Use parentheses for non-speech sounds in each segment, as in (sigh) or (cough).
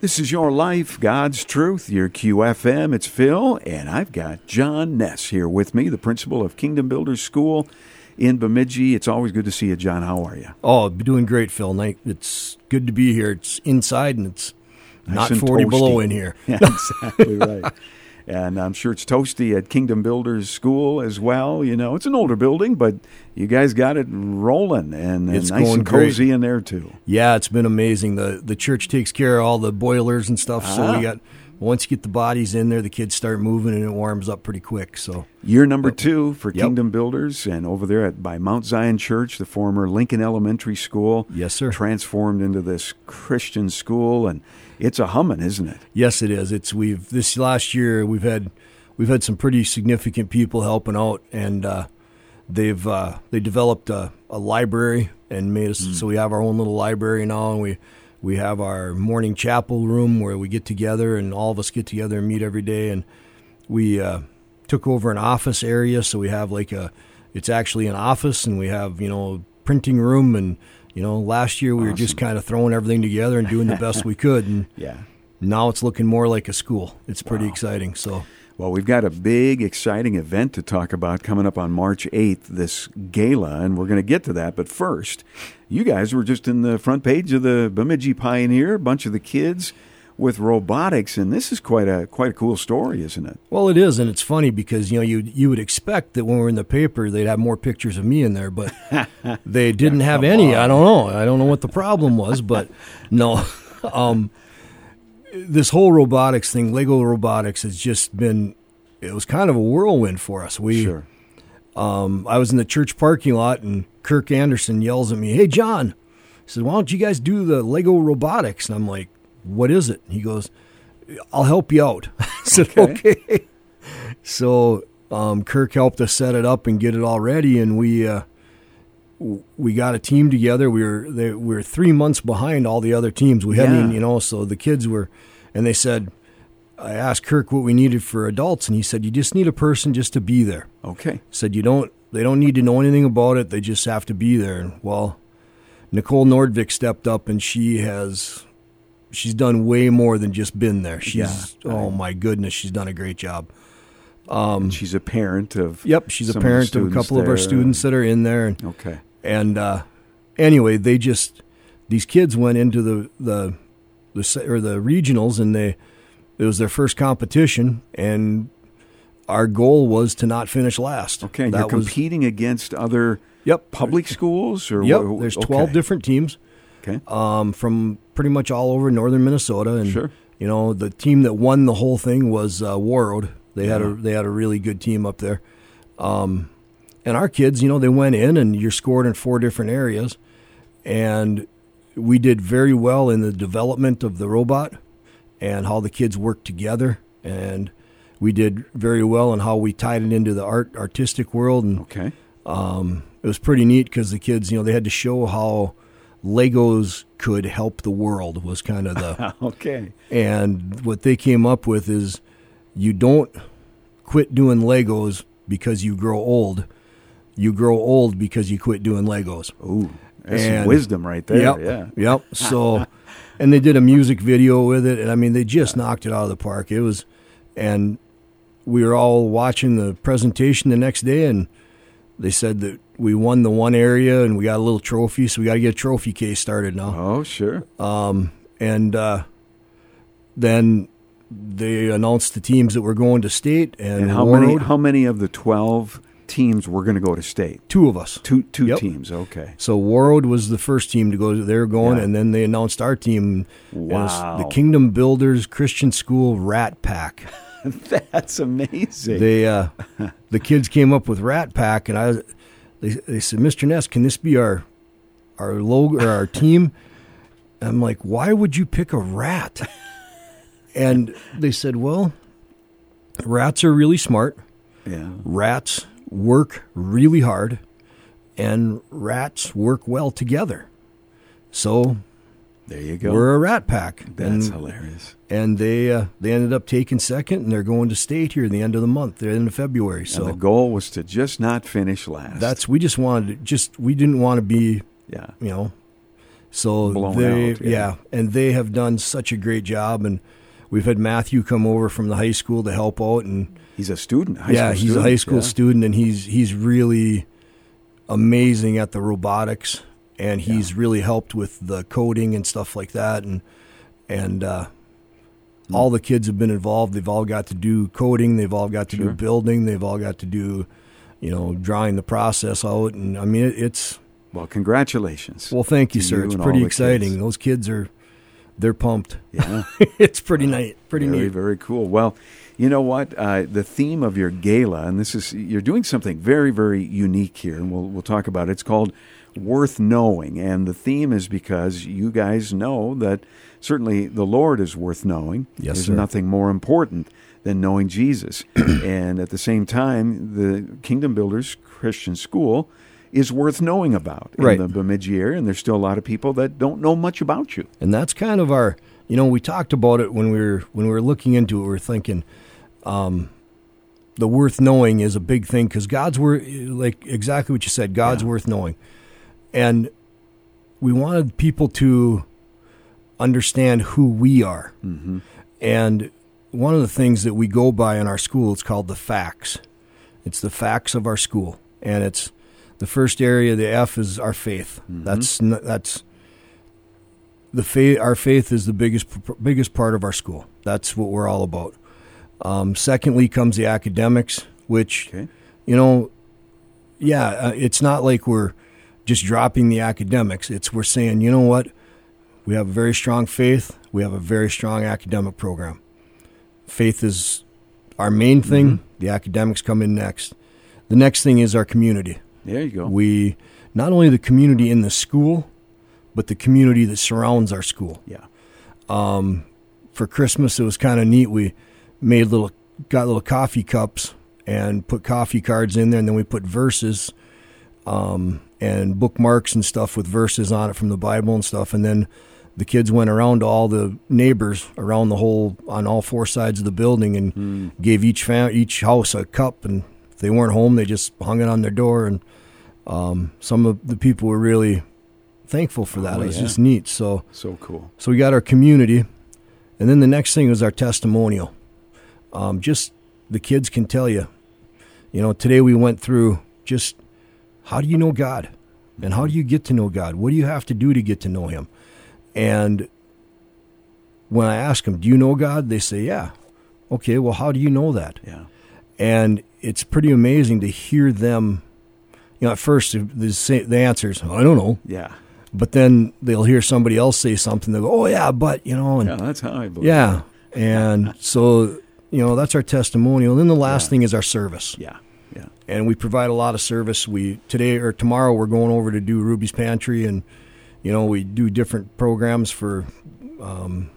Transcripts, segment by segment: This is Your Life, God's Truth, your QFM. It's Phil, and I've got John Ness here with me, the principal of Kingdom Builders School in Bemidji. It's always good to see you, John. How (laughs) are you? (laughs) Oh, doing great, Phil. Nick. It's good to be here. It's inside and it's Nice not and 40 toasty. below in here. Yeah, exactly right. And I'm sure it's toasty at Kingdom Builders School as well. You know, it's an older building, but you guys got it rolling and, and It's nice going and great. cozy in there too. Yeah, it's been amazing. The the church takes care of all the boilers and stuff, so Ah. we got once you get the bodies in there, the kids start moving and it warms up pretty quick. So Year number two for Yep. Kingdom Builders, and over there at by Mount Zion Church, the former Lincoln Elementary School. Yes, sir. Transformed into this Christian school, and it's a humming, isn't it? Yes, it is. It's we've this last year we've had we've had some pretty significant people helping out, and uh, they've uh, they developed a, a library and made us so we have our own little library now, and we we have our morning chapel room where we get together and all of us get together and meet every day, and we uh, took over an office area, so we have like a it's actually an office, and we have you know printing room and. You know, last year we were just kind of throwing everything together and doing the best we could, and Yeah. now it's looking more like a school. It's pretty exciting. So, Well, we've got a big, exciting event to talk about coming up on March 8th, this gala, and we're going to get to that. But first, you guys were just in the front page of the Bemidji Pioneer, a bunch of the kids with robotics, and this is quite a quite a cool story, isn't it? well, it is, and it's funny because you know you you would expect that when we're in the paper they'd have more pictures of me in there, but they didn't have any. I don't know. I don't know what the problem was, but no. (laughs) Um, this whole robotics thing, Lego robotics, has just been. It was kind of a whirlwind for us. We Sure. Um, I was in the church parking lot and Kirk Anderson yells at me, Hey, John, he said, Why don't you guys do the Lego robotics? And I'm like, What is it? He goes, I'll help you out. (laughs) I said, Okay. So um, Kirk helped us set it up and get it all ready. And we, uh, w- we got a team together. We were they, we were three months behind all the other teams. We hadn't, Yeah. even, you know, so the kids were, and they said, I asked Kirk what we needed for adults, and he said, you just need a person just to be there Okay. said you don't they don't need to know anything about it they just have to be there and well nicole nordvik stepped up and she has she's done way more than just been there she's Yeah, oh my goodness she's done a great job And she's a parent of. yep she's some a of the parent of a students couple of our there. students that are in there and Okay. and uh, anyway, they just these kids went into the the the se- or the regionals, and they it was their first competition, and our goal was to not finish last. Okay. And that you're was competing against other yep public schools, or Yep, wha- there's 12 okay. different teams Okay. um, from pretty much all over northern Minnesota, and Sure. you know the team that won the whole thing was uh, Warroad. They had a they had a really good team up there, um, and our kids, you know, they went in and you're scored in four different areas, and we did very well in the development of the robot and how the kids worked together and. We did very well in how we tied it into the art artistic world, and Okay. (laughs) it was pretty neat because the kids, you know, they had to show how Legos could help the world was kind (laughs) of the Okay. and what they came up with is you don't quit doing Legos because you grow old. You grow old because you quit doing Legos. Ooh, that's some And- wisdom right there. Yep. Yeah. (laughs) Yep. So, and they did a music video with it, and I mean, they just knocked it out of the park. It was, and we were all watching the presentation the next day, and they said that we won the one area, and we got a little trophy, so we got to get a trophy case started now. Oh, sure. And uh, then they announced the teams that were going to state, and, and how Warroad, many? How many of the twelve teams were going to go to state? two of us. Two two Yep. teams. Okay. (laughs) So Warroad was the first team to go. They're going, Yeah. and then they announced our team. And it was Wow. the Kingdom Builders Christian School (laughs) Rat Pack. That's amazing. They uh, the kids came up with Rat Pack, and I they, they said, Mister Ness, can this be our our logo or our team? I'm like, why would you pick a rat? And they said, well, rats are really smart. yeah. Rats work really hard, and rats work well together. So There you go. we're a rat pack. That's and, hilarious. and they uh, they ended up taking second, and they're going to state here at the end of the month, the end of February. And the So goal was to just not finish last. that's we just wanted to just we didn't want to be yeah. you know So Blown they, out, yeah. yeah. and they have done such a great job. And we've had Matthew come over from the high school to help out, and He's a student. High yeah, school he's student. a high school yeah. student, and he's he's really amazing at the robotics, and he's really helped with the coding and stuff like that, and and uh, Mm. all the kids have been involved. They've all got to do coding. They've all got to Sure. do building. They've all got to do, you know, drawing the process out. And I mean, it, it's Well, congratulations. well, thank you, To sir. you it's and all pretty the kids. exciting. Those kids are they're pumped. yeah. (laughs) it's pretty nice. Pretty very, neat. very cool. Well, you know what? Uh, the theme of your gala, and this is you're doing something very, very unique here, and we'll we'll talk about it. It's called Worth Knowing, and the theme is because you guys know that certainly the Lord is worth knowing. Yes, There's sir. nothing more important than knowing (clears throat) Jesus, and at the same time, the Kingdom Builders Christian School. Is worth knowing about Right. in the Bemidji area, and there's still a lot of people that don't know much about you. and that's kind of our you know we talked about it when we were when we were looking into it we were thinking um the worth knowing is a big thing because god's worth like exactly what you said god's worth knowing and we wanted people to understand who we are and one of the things that we go by in our school is called the facts it's the facts of our school and it's the first area the f is our faith That's n that's that's the faith, our faith is the biggest biggest part of our school. That's what we're all about. Um, secondly, comes the academics, which Okay. you know, yeah, uh, it's not like we're just dropping the academics. It's we're saying, you know what, we have a very strong faith. We have a very strong academic program. Faith is our main thing. The academics come in next. The next thing is our community. There you go. We not only the community in the school, but the community that surrounds our school yeah. for Christmas, it was kind of neat. We made little, got little coffee cups and put coffee cards in there, and then we put verses um, and bookmarks and stuff with verses on it from the Bible and stuff. And then the kids went around to all the neighbors around the whole on all four sides of the building and Hmm. gave each fam- each house a cup. And if they weren't home, they just hung it on their door. And um, some of the people were really thankful for that. Oh, it was yeah. just neat. So. So cool. So we got our community, and then the next thing is our testimonial. Um, just the kids can tell you, you know, today we went through just how do you know God, and how do you get to know God? What do you have to do to get to know Him? And when I ask them, "Do you know God?" they say, "Yeah." Okay, well, how do you know that? Yeah. and it's pretty amazing to hear them. You know, at first the sa- the answers, I don't know, Yeah. but then they'll hear somebody else say something. They go, "Oh yeah, but you know," and Yeah, that's how I believe. yeah. And so, you know, that's our testimonial. And then the last thing is our service. Yeah. Yeah. And we provide a lot of service. We today or tomorrow we're going over to do Ruby's Pantry and you know, we do different programs for um,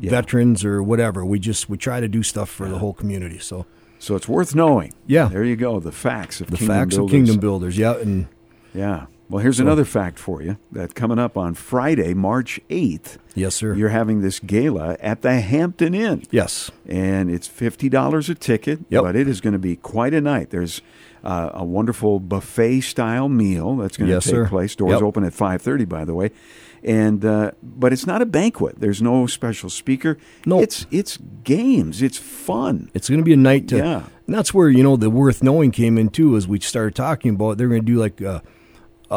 Yeah. veterans or whatever. We just we try to do stuff for the whole community. So So it's worth knowing. Yeah. There you go. The facts of the Kingdom facts Builders. of kingdom builders. Yeah, and Yeah. Well, here's another fact for you that coming up on Friday, March 8th, yes sir. you're having this gala at the Hampton Inn. yes. and it's fifty dollars a ticket. Yep. But it is going to be quite a night. There's uh, a wonderful buffet style meal that's going to Yes, take sir. place. Doors Yep. open at five thirty, by the way. And uh, but it's not a banquet. There's no special speaker. Nope. It's it's games. It's fun. It's going to be a night to. Yeah. And that's where you know the worth knowing came in too, as we started talking about. They're going to do like a, uh,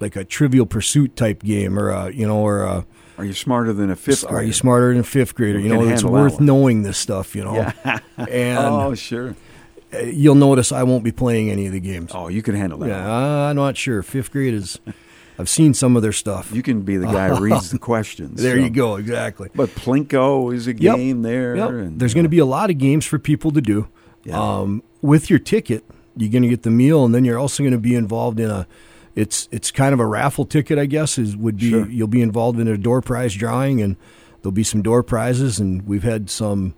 like a Trivial Pursuit type game, or a, you know, or a, Are you smarter than a fifth? Are you grader? smarter than a fifth grader? We You can know, it's handle that worth one. knowing this stuff. You know, (laughs) and Oh (laughs) sure. you'll notice I won't be playing any of the games. Oh, you can handle that. Yeah, I'm not sure. Fifth grade is. I've seen some of their stuff. You can be the guy (laughs) who reads the questions. there so. you go. Exactly. But Plinko is a Yep. game there. Yep. And, There's going to be a lot of games for people to do. Yeah. Um, with your ticket, you're going to get the meal, and then you're also going to be involved in a. It's it's kind of a raffle ticket, I guess. Is would be Sure. you'll be involved in a door prize drawing, and there'll be some door prizes, and we've had some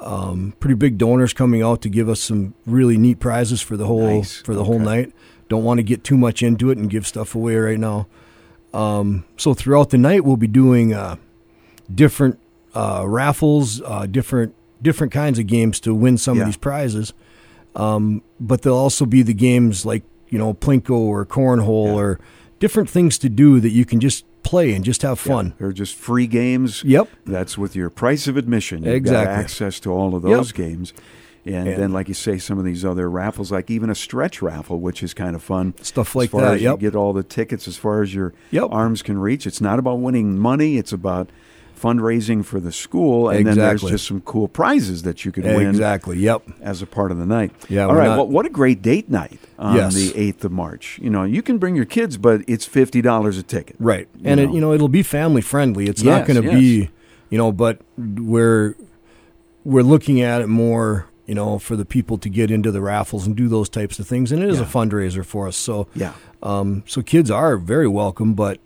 um, pretty big donors coming out to give us some really neat prizes for the whole Nice. for the whole Okay. night. Don't want to get too much into it and give stuff away right now. Um, so throughout the night, we'll be doing. Uh, different uh, raffles, uh, different different kinds of games to win some Yeah. of these prizes. Um, but there'll also be the games like you know plinko or cornhole or different things to do that you can just play and just have fun. They're just free games. Yep. That's with your price of admission. You've got Exactly. access to all of those Yep. games. And, And- then, like you say, some of these other raffles, like even a stretch raffle, which is kind of fun. Stuff like as far that, As yep. You get all the tickets as far as your Yep. arms can reach. It's not about winning money. It's about fundraising for the school. And then there's Exactly. just some cool prizes that you could win Exactly. Yep. as a part of the night. Yeah, All we're right. not- Well, what a great date night on Yes. the eighth of March. You know, you can bring your kids, but it's fifty dollars a ticket. Right. You And know. it you know it'll be family friendly. It's Yes, not going to yes. be you know, but we're we're looking at it more you know for the people to get into the raffles and do those types of things, and it is Yeah. a fundraiser for us. So Yeah. Um, so kids are very welcome, but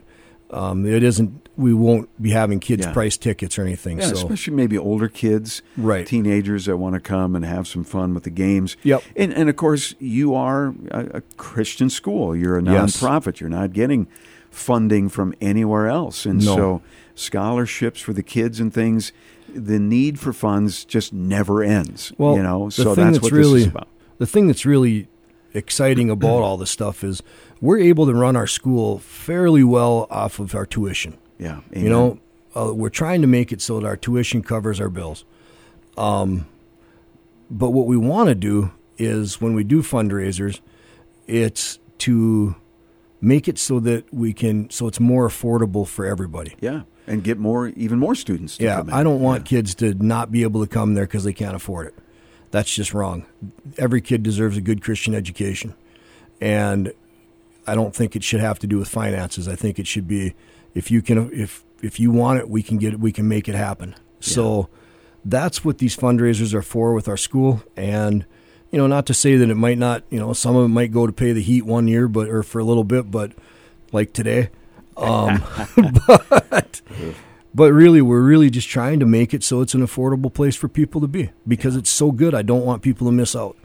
um, it isn't. We won't be having kids Yeah. price tickets or anything. Yeah, so especially maybe older kids, Right. Teenagers that want to come and have some fun with the games. Yep. And and of course, you are a, a Christian school. You're a Yes. nonprofit. You're not getting funding from anywhere else, and No. so scholarships for the kids and things. The need for funds just never ends. well, you know, the so thing that's that's what really this is about. the thing that's really exciting about all this stuff is we're able to run our school fairly well off of our tuition. Yeah, You amen. know, uh, we're trying to make it so that our tuition covers our bills. Um, but what we want to do is when we do fundraisers, it's to make it so that we can, so it's more affordable for everybody. Yeah, and get more, even more students. To Yeah, come in. I don't want kids to not be able to come there because they can't afford it. That's just wrong. Every kid deserves a good Christian education. And I don't think it should have to do with finances. I think it should be if you can if if you want it, we can get it, we can make it happen. So that's what these fundraisers are for with our school and you know, not to say that it might not, you know, some of it might go to pay the heat one year but or for a little bit, but like today. Um but but really we're really just trying to make it so it's an affordable place for people to be because it's so good. I don't want people to miss out.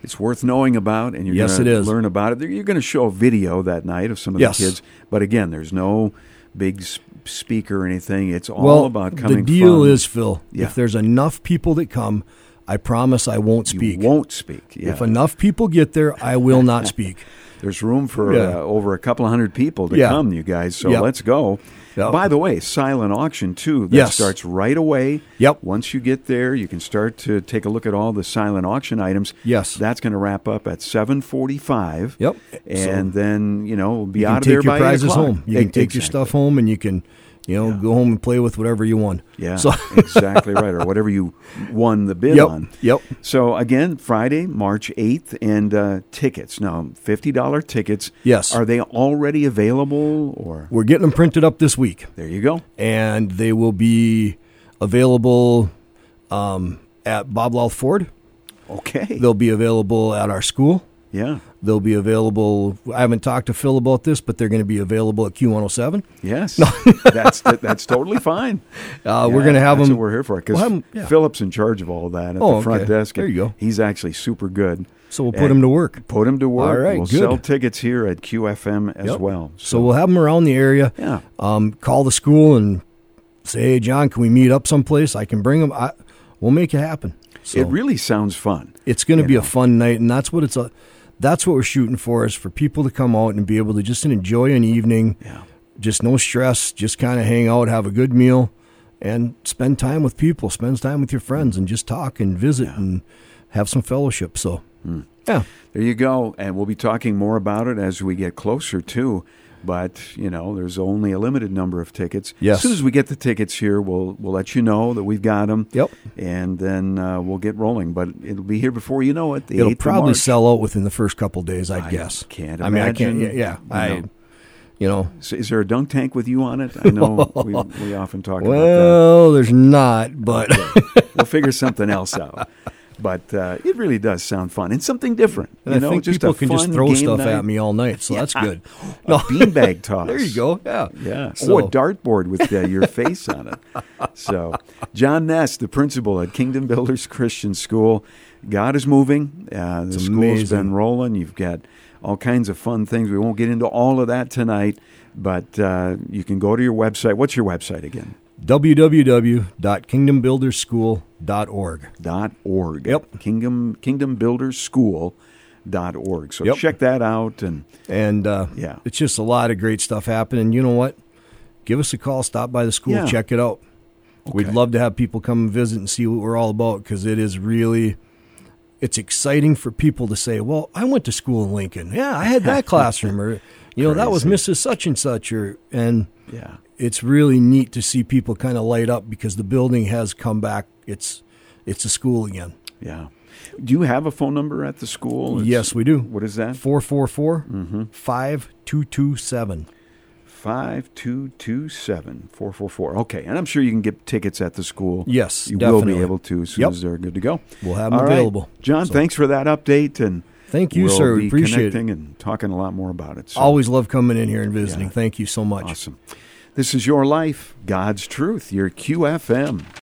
It's worth knowing about, and you're Yes, going it to is. learn about it. There- You're going to show a video that night of some of Yes. the kids, but again, there's no big s- speaker or anything. It's all about coming. The deal from- is, Phil, Yeah. if there's enough people that come, I promise I won't you speak. won't speak. Yeah. If enough people get there, I will not (laughs) speak. There's room for Yeah. uh, over a couple of hundred people to Yeah. come, you guys. So Yep. let's go. Yep. By the way, silent auction too. That Yes. starts right away. Yep. Once you get there, you can start to take a look at all the silent auction items. Yes. That's going to wrap up at seven forty-five. Yep. And then you know we'll be You out can of there take your by 8 prizes o'clock. home. You can E- take your exactly. stuff home, and you can, you know, go home and play with whatever you won. Yeah, So (laughs) exactly right, or whatever you won the bid Yep, on. yep. So again, Friday, March eighth, and uh, tickets. Now, fifty dollar tickets. Yes. Are they already available? Or we're getting them printed up this week, there you go. and they will be available um, at Bob Louth Ford. Okay. They'll be available at our school. yeah. They'll be available. I haven't talked to Phil about this, but they're going to be available at Q107. Yes. (laughs) that's that, that's totally fine. Yeah, Uh, we're going to have that's them. What we're here for because we'll have 'em- yeah. Philip's in charge of all of that at Oh, the front okay. desk. and There you go. He's actually super good. So we'll put him to work. Put him to work. All right, We'll good. sell tickets here at QFM as Yep. well. So we'll have them around the area. Yeah. Um, call the school and say, "Hey, John, can we meet up someplace? I can bring them. I, we'll make it happen." So it really sounds fun. it's going to you be know. a fun night, and that's what it's. A, that's what we're shooting for is for people to come out and be able to just enjoy an evening. Yeah. Just no stress. Just kind of hang out, have a good meal, and spend time with people. Spend time with your friends, and just talk and visit and have some fellowship. So, Hmm. yeah. There you go. And we'll be talking more about it as we get closer, too. But, you know, there's only a limited number of tickets. Yes. As soon as we get the tickets here, we'll, we'll let you know that we've got them. Yep. And then uh, we'll get rolling. But it'll be here before you know it. The It'll 8th of probably March. sell out within the first couple days, I'd I guess. can't I mean, I imagine, can't. Yeah, yeah. you I, know. you know. So Is there a dunk tank with you on it? I know (laughs) we, we often talk about Well, there's not, but (laughs) that. We'll figure something else out. But uh, it really does sound fun and something different. and you I know, think just a people can just fun throw game stuff night. at me all night, so that's Yeah. good. A beanbag toss. (laughs) There you go. Yeah, Yeah. So, or a dartboard with uh, your face on it. So, John Ness, the principal at Kingdom Builders Christian School, God is moving. Uh, the school's amazing. been rolling. You've got all kinds of fun things. We won't get into all of that tonight, but uh, you can go to your website. What's your website again? www.kingdombuilderschool.org. Dot org. Yep. Kingdom Kingdom Builders School. org. So Yep. check that out. And And uh, Yeah. it's just a lot of great stuff happening. You know what? Give us a call. Stop by the school. Yeah. Check it out. We'd Okay. love to have people come and visit and see what we're all about because it is really. It's exciting for people to say, "Well, I went to school in Lincoln. Yeah, I (laughs) had that classroom, or you know, that was Mrs. Such and Such, or and yeah, it's really neat to see people kind of light up because the building has come back. It's it's a school again. yeah. Do you have a phone number at the school? It's- yes, we do. What is that? Mm-hmm. 444 5227. Five two two seven four four four. Okay, and I'm sure you can get tickets at the school. Yes, you will be definitely. able to as soon Yep. as they're good to go. We'll have 'em All right. available. John, So- thanks for that update, and Thank you, we'll sir. We be appreciate it. connecting and talking a lot more about it. So, Always love coming in here and visiting. Thank you so much. awesome. This is your life, God's truth, your QFM.